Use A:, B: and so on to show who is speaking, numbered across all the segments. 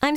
A: I'm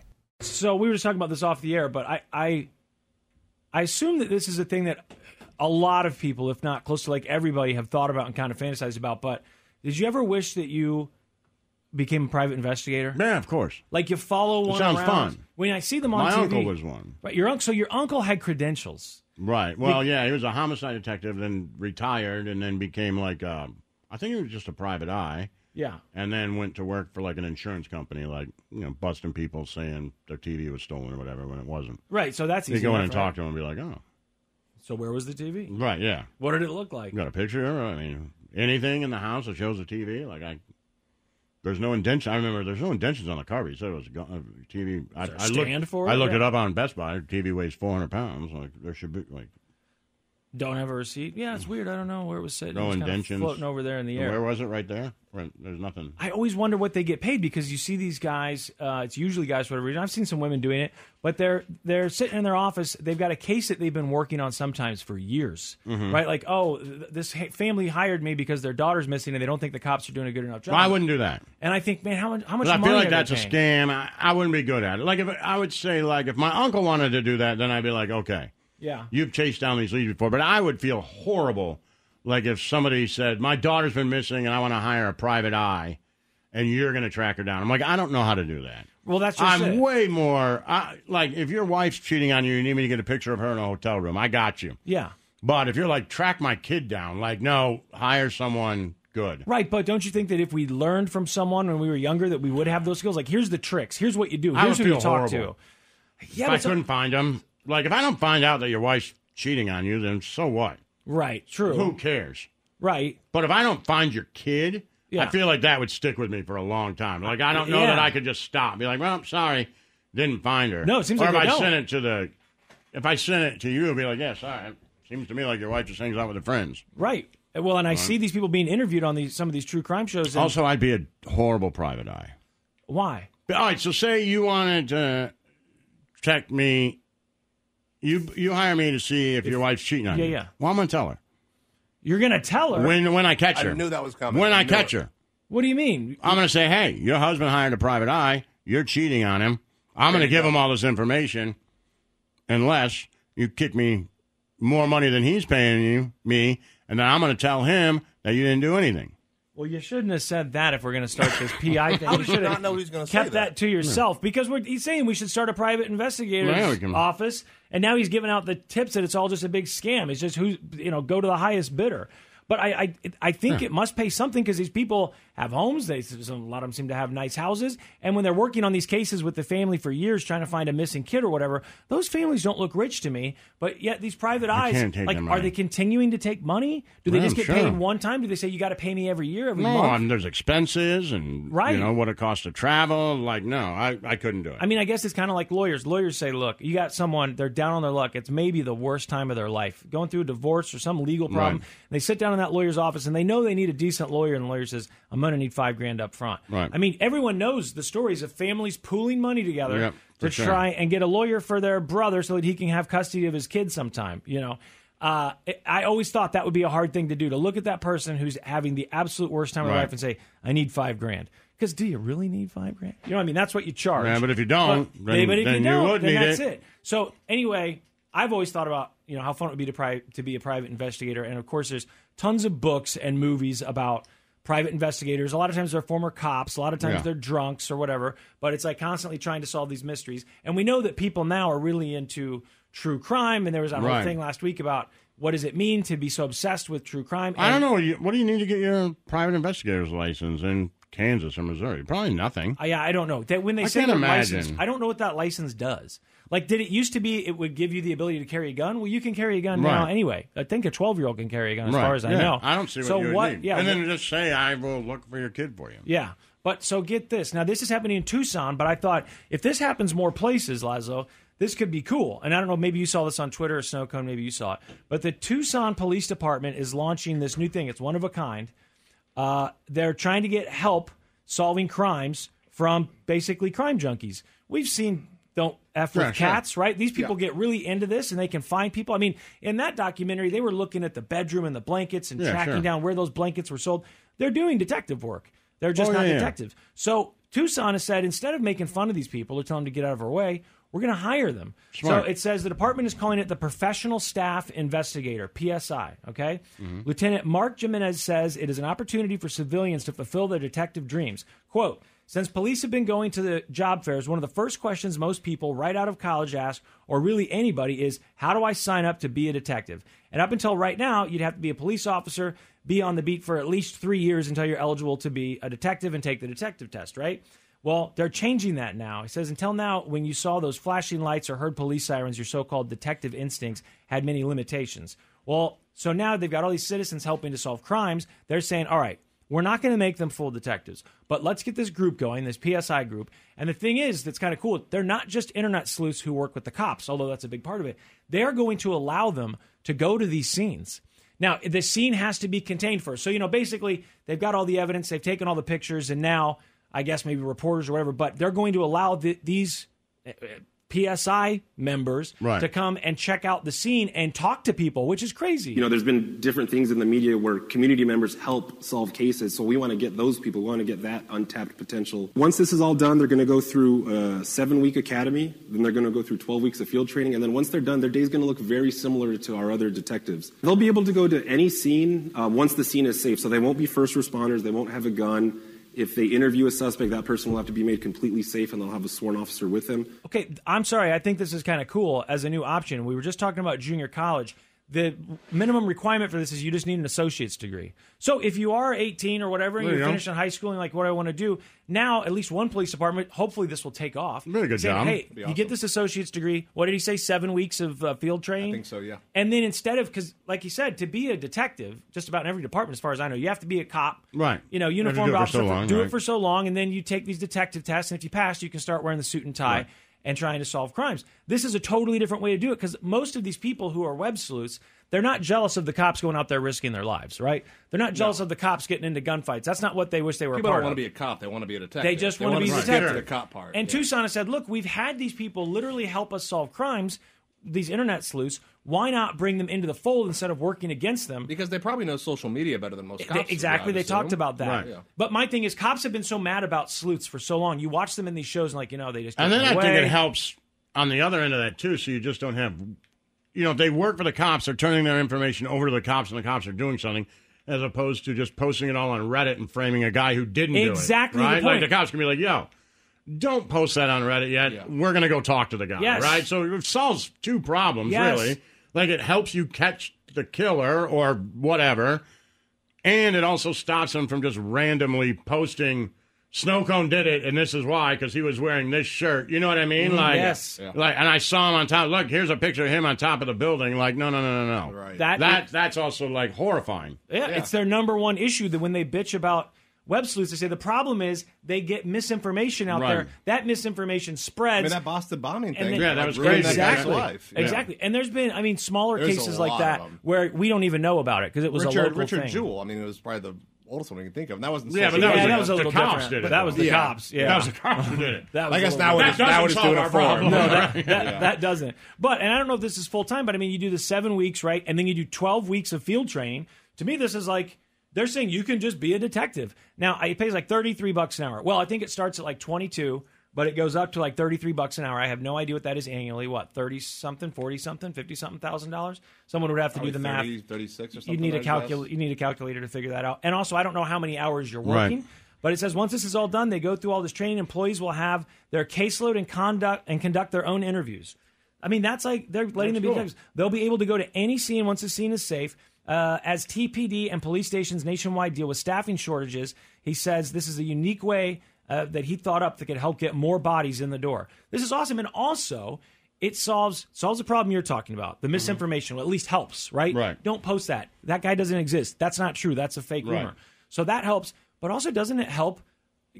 B: So we were just talking about this off the air, but I, I, I assume that this is a thing that a lot of people, if not close to like everybody, have thought about and kind of fantasized about. But did you ever wish that you became a private investigator?
C: Yeah, of course.
B: Like you follow one
C: sounds
B: around.
C: fun.
B: When I see them on
C: My
B: TV,
C: uncle was one.
B: Right, your uncle. So your uncle had credentials.
C: Right. Well, yeah, he was a homicide detective, then retired, and then became like, uh, I think he was just a private eye,
B: Yeah.
C: and then went to work for like an insurance company, like, you know, busting people saying their TV was stolen or whatever when it wasn't.
B: Right. So that's
C: You
B: easy.
C: go in
B: enough,
C: and
B: right?
C: talk to him and be like, oh,
B: So where was the TV?
C: right, yeah.
B: What did it look like?
C: You got a picture? I mean, anything in the house that shows a TV? Like, I. There's no intention. I remember there's no intentions on the car. He said it was a gu- a TV. I,
B: there a
C: I looked-
B: stand for it?
C: I looked
B: Yeah.
C: it up on Best Buy. TV weighs 400 pounds. Like there should be like
B: Don't have a receipt. Yeah, it's weird. I don't know where it was sitting.
C: Mm. No
B: It was kinda
C: indentions.
B: Floating over there in the air.
C: Where was it? Right there. Right, there's nothing.
B: I always wonder what they get paid because you see these guys. Uh, it's usually guys for whatever reason. I've seen some women doing it, but they're they're sitting in their office. They've got a case that they've been working on sometimes for years,
C: Mm-hmm.
B: right? Like, oh, th- this ha- family hired me because their daughter's missing, and they don't think the cops are doing a good enough job.
C: I wouldn't do that.
B: And I think, man, how much how much
C: 'Cause
B: money?
C: I feel
B: are
C: like
B: they
C: that's a
B: paying?
C: scam. I, I wouldn't be good at it. Like if I would say like if my uncle wanted to do that, then I'd be like, okay,
B: Yeah,
C: you've chased down these leads before. But I would feel horrible. Like if somebody said my daughter's been missing and I want to hire a private eye, and you're going to track her down. I'm like, I don't know how to do that.
B: well, that's just
C: I'm
B: it.
C: way more I, like if your wife's cheating on you, you need me to get a picture of her in a hotel room. I got you.
B: yeah,
C: But if you're like track my kid down, like no, hire someone good.
B: right. But don't you think that if we learned from someone when we were younger, that we would have those skills? Like, here's the tricks. Here's what you do.
C: I
B: Here's
C: would
B: who you
C: feel
B: talk
C: horrible.
B: to. Yeah,
C: if
B: but
C: I
B: so-
C: couldn't find them, like if I don't find out that your wife's cheating on you, then so what?
B: right. True.
C: Who cares?
B: Right.
C: But if I don't find your kid,
B: Yeah.
C: I feel like that would stick with me for a long time. Like I don't know
B: Yeah.
C: that I could just stop, be like, well, I'm sorry, didn't find her.
B: No, it seems
C: or
B: like
C: if
B: they
C: I
B: don't.
C: sent it to the, if I sent it to you, it'd be like, yeah, sorry. It seems to me like your wife just hangs out with her friends.
B: Right. Uh, Well, and I see these people being interviewed on these some of these true crime shows. And
C: Also, I'd be a horrible private eye.
B: why?
C: All right, so say you wanted to check me. You you hire me to see if, your wife's cheating on
B: yeah,
C: you.
B: yeah.
C: Well, I'm gonna tell her
B: You're gonna tell her?
C: when when I catch
D: I
C: her.
D: knew that was coming.
C: When
D: I
C: I
D: knew
C: catch
D: it.
C: her,
B: what do you mean?
C: I'm gonna say, "Hey, your husband hired a private eye. You're cheating on him. I'm gonna give him all this information, unless you kick me more money than he's paying you me, and then I'm gonna tell him that you didn't do anything."
B: Well, you shouldn't have said that if we're gonna start this PI thing.
D: How
B: you
D: did you
B: should have
D: not know he was gonna say
B: kept
D: that?
B: to yourself because we're, he's saying we should start a private investigator's
C: Yeah, we can-
B: office, and now he's giving out the tips that it's all just a big scam. It's just who's you know go to the highest bidder. But I I, I think it must pay something because these people have homes. They some, a lot of them seem to have nice houses, and when they're working on these cases with the family for years trying to find a missing kid or whatever, those families don't look rich to me. But yet these private eyes,
C: can't take
B: like,
C: their
B: are
C: money.
B: they continuing to take money? Do they
C: Yeah,
B: just
C: I'm
B: get
C: sure.
B: paid one time? Do they say you got to pay me every year, every
C: No,
B: month?
C: I mean, there's expenses and
B: Right.
C: you know what it costs to travel. Like, no, I, I couldn't do it.
B: I mean, I guess it's kind of like lawyers. Lawyers say, look, you got someone, they're down on their luck. It's maybe the worst time of their life, going through a divorce or some legal problem.
C: Right.
B: They sit down in that lawyer's office and they know they need a decent lawyer, and the lawyer says, I'm going to need five grand up front.
C: Right.
B: I mean, everyone knows the stories of families pooling money together
C: Yep,
B: to
C: for sure.
B: try and get a lawyer for their brother so that he can have custody of his kids sometime, you know. Uh, it- I always thought that would be a hard thing to do to look at that person who's having the absolute worst time of their
C: Right.
B: life and say, I need five grand. Because do you really need five grand? You know, what I mean, that's what you charge.
C: Yeah, but if you don't,
B: But-
C: then-
B: but if
C: then
B: you
C: you
B: don't,
C: would
B: then
C: need
B: that's it.
C: it.
B: So anyway, I've always thought about you know how fun it would be to pri- to be a private investigator, and of course, there's tons of books and movies about private investigators. A lot of times they're former cops. A lot of times
C: Yeah.
B: they're drunks or whatever. But it's like constantly trying to solve these mysteries. And we know that people now are really into true crime. And there was that
C: Right.
B: whole thing last week about what does it mean to be so obsessed with true crime.
C: I don't
B: And
C: know. you- What do you need to get your private investigator's license in Kansas or Missouri? Probably nothing.
B: I, Uh, yeah, I don't know that when they
C: I
B: say
C: can't
B: the
C: imagine.
B: license, I don't know what that license does. Like, did it used to be it would give you the ability to carry a gun? Well, you can carry a gun now
C: Right.
B: anyway. I think a twelve-year-old can carry a gun, as
C: Right,
B: far as I
C: yeah.
B: know.
C: I don't see what
B: so
C: you would
B: what,
C: need.
B: Yeah,
C: and
B: wh-
C: then just say, I will look for your kid for you.
B: Yeah. But so get this. Now this is happening in Tucson, but I thought if this happens more places, Lazo, this could be cool. And I don't know, maybe you saw this on Twitter or Snowcone, maybe you saw it. But the Tucson Police Department is launching this new thing. It's one of a kind. Uh, they're trying to get help solving crimes from basically crime junkies. We've seen don't f with
C: Yeah, sure.
B: cats, right? These people get really into this, and they can find people. I mean, in that documentary, they were looking at the bedroom and the blankets and
C: Yeah,
B: tracking
C: sure.
B: down where those blankets were sold. They're doing detective work. They're just
C: Oh,
B: not
C: yeah, yeah.
B: detectives. So Tucson has said instead of making fun of these people or telling them to get out of our way, we're going to hire them.
C: Smart.
B: So it says the department is calling it the Professional Staff Investigator (PSI). Okay, Lieutenant Mark Jimenez says it is an opportunity for civilians to fulfill their detective dreams. Quote. Since police have been going to the job fairs, one of the first questions most people right out of college ask, or really anybody, is how do I sign up to be a detective? And up until right now, you'd have to be a police officer, be on the beat for at least three years until you're eligible to be a detective and take the detective test, right? Well, they're changing that now. He says, until now, when you saw those flashing lights or heard police sirens, your so called detective instincts had many limitations. Well, so now they've got all these citizens helping to solve crimes. They're saying, all right, we're not going to make them full detectives, but let's get this group going, this PSI group. And the thing is, that's kind of cool. They're not just internet sleuths who work with the cops, although that's a big part of it. They're going to allow them to go to these scenes. Now, the scene has to be contained first. So, you know, basically, they've got all the evidence, they've taken all the pictures, and now, I guess, maybe reporters or whatever, but they're going to allow the, these uh, uh, PSI members
C: Right.
B: to come and check out the scene and talk to people, which is crazy.
D: You know, there's been different things in the media where community members help solve cases. So we want to get those people. We want to get that untapped potential. Once this is all done, they're going to go through a seven week academy. Then they're going to go through 12 weeks of field training. And then once they're done, their day's going to look very similar to our other detectives. They'll be able to go to any scene uh, once the scene is safe. So they won't be first responders. They won't have a gun. If they interview a suspect, that person will have to be made completely safe and they'll have a sworn officer with them.
B: Okay, I'm sorry. I think this is kind of cool as a new option. We were just talking about junior college. The minimum requirement for this is you just need an associate's degree. So if you are 18 or whatever and
C: There
B: you're
C: you go.
B: finished in high school and like what do I want to do, now at least one police department, hopefully this will take off.
C: Really good
B: saying,
C: job.
B: Hey, you get this associate's degree. What did he say? Seven weeks of uh, field training. I
E: think so, yeah.
B: And then instead of because like you said, to be a detective, just about in every department, as far as I know, you have to be a cop.
C: Right.
B: You know,
C: You have to do
B: uniformed
C: it for
B: officer.
C: so
B: for-
C: long,
B: do
C: right.
B: it for so long, and then you take these detective tests, and if you pass, you can start wearing the suit and tie and trying to solve crimes. This is a totally different way to do it because most of these people who are web sleuths, they're not jealous of the cops going out there risking their lives, right? They're not jealous of the cops getting into gunfights. That's not what they wish they were
E: People
B: a
E: don't
B: part
E: want
B: of.
E: to be a cop. They want to be a detective.
B: They just want to
E: wanna
B: be
E: skip
B: detective.
E: The cop part.
B: And
E: yeah.
B: Tucson has said, look, we've had these people literally help us solve crimes, these internet sleuths. Why not bring them into the fold instead of working against them?
E: because they probably know social media better than most
B: They-
E: cops. do,
B: exactly.
E: I
B: They
E: assume.
B: talked about that.
C: Right. Yeah.
B: But my thing is, cops have been so mad about sleuths for so long. You watch them in these shows, and like you know, they just
C: And
B: get
C: then
B: in
C: I
B: the
C: think
B: way.
C: it helps on the other end of that too, so you just don't have you know, if they work for the cops, they're turning their information over to the cops and the cops are doing something as opposed to just posting it all on Reddit and framing a guy who didn't
B: Exactly the
C: do it. Right? Like
B: point.
C: the cops can be like, yo, don't post that on Reddit yet. We're gonna go talk to the guy.
B: Yes.
C: Right? So it solves two problems
B: Yes.
C: really. Like it helps you catch the killer or whatever. And it also stops him from just randomly posting Snowcone did it, and this is why, because he was wearing this shirt. You know what I mean? Like,
B: Mm, yes. Yeah.
C: like, and I saw him on top. Look, here's a picture of him on top of the building. Like, no, no, no, no, no. Right.
B: That-
C: that that's also like horrifying.
B: Yeah, it's their number one issue that when they bitch about web sleuths, they say the problem is they get misinformation out
C: Right.
B: there. That misinformation
E: I
B: spreads.
E: mean, that Boston bombing thing.
B: then-
C: Yeah, that was
E: ruined
C: crazy.
E: That guy's
B: Exactly.
E: life. Yeah.
B: Exactly. And there's been, I mean, smaller
E: There's a
B: cases like
E: lot of
B: that
E: them.
B: where we don't even know about it because it was a
E: Richard
B: local
E: Richard
B: thing.
E: Jewell. I mean, it was probably the oldest one we can think of. And that wasn't.
C: Yeah, but
E: social
C: that
B: Yeah,
C: was,
E: media.
B: that was a
C: the
B: little
C: cops
B: different.
C: did it.
B: That was the
E: Yeah.
B: cops. Yeah.
C: That was the cops who did it.
B: That was
E: I
B: a
E: guess
B: little
E: now
B: different.
E: it's
C: That
E: now
C: doesn't
E: it's
C: solve
E: doing
C: our
E: a form.
C: problem.
B: No, that, that, that doesn't. But and I don't know if this is full time, but I mean, you do the seven weeks, right? And then you do twelve weeks of field training. To me, this is like they're saying you can just be a detective. Now I- it pays like thirty three bucks an hour. Well, I think it starts at like twenty two. but it goes up to like 33 bucks an hour. I have no idea what that is annually. What, 30 something, 40 something, 50 something thousand dollars? Someone would have to do the math.
E: 30, 36 or something.
B: you need a
E: I'd guess.
B: calcul- you need a calculator to figure that out. And also, I don't know how many hours you're working, but it says once this is all done, they go through all this training. Employees will have their caseload and conduct and conduct their own interviews. I mean, that's like they're letting them be detectives. They'll be able to go to any scene once the scene is safe. Uh, as TPD and police stations nationwide deal with staffing shortages, he says this is a unique way uh, that he thought up that could help get more bodies in the door. This is awesome, and also it solves solves the problem you're talking about, the misinformation. Well, at least helps, right?
C: Mm-hmm. Right.
B: Don't post that. That guy doesn't exist. That's not true. That's a fake
C: Right.
B: rumor. So that helps, but also doesn't it help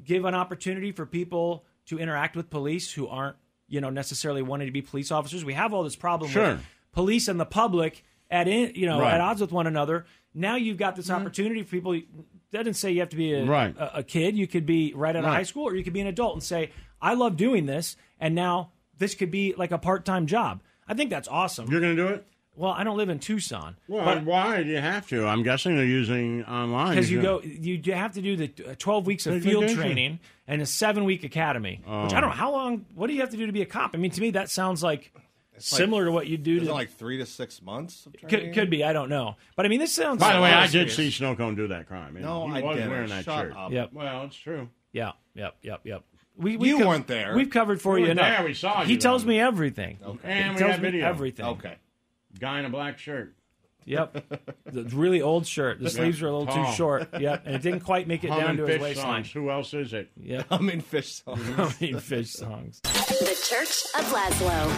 B: give an opportunity for people to interact with police who aren't, you know, necessarily wanting to be police officers? We have all this problem
C: Sure.
B: with police and the public at in, you know
C: Right.
B: at odds with one another. Now you've got this opportunity for people. Doesn't say you have to be a,
C: Right.
B: a, a kid. You could be right out of high school, or you could be an adult and say, "I love doing this," and now this could be like a part-time job. I think that's awesome.
C: You're going to do it?
B: well, I don't live in Tucson.
C: Well,
B: but-
C: why do you have to? I'm guessing they're using online.
B: because you go you do have to do the uh, 12 weeks of
C: Big
B: field
C: vacation.
B: training and a seven week academy which i don't
C: Oh.
B: know how long what do you have to do to be a cop i mean to me that sounds like similar to what you do
E: Is
B: to
E: it like three to six months? Of
B: could,
E: training?
B: could be i don't know but i mean this sounds
C: By the way, I
B: serious.
C: did see Snow Cone do that crime. and
E: No,
C: he
E: I
C: was
E: didn't.
C: wearing that
E: Shut
C: shirt.
E: up.
B: Yep.
C: Well, it's true.
B: yeah yep yep yep we,
E: You
B: cov-
E: weren't there.
B: we've covered for
C: You
B: you,
C: were
B: enough
C: there. We saw
B: he
C: you
B: tells
C: then.
B: me everything
C: And
B: he
C: we
B: tells
C: got
B: me
C: video.
B: everything
E: Okay.
C: Guy in a black shirt.
B: yep the really old shirt the sleeves were a little
C: Tall.
B: too short yep and it didn't quite make it down
C: Humming
B: to
C: fish
B: his waistline
C: songs. Who else is it?
B: yep
E: I'm in fish sauce.
B: I mean, fish songs
F: The Church of Laszlo.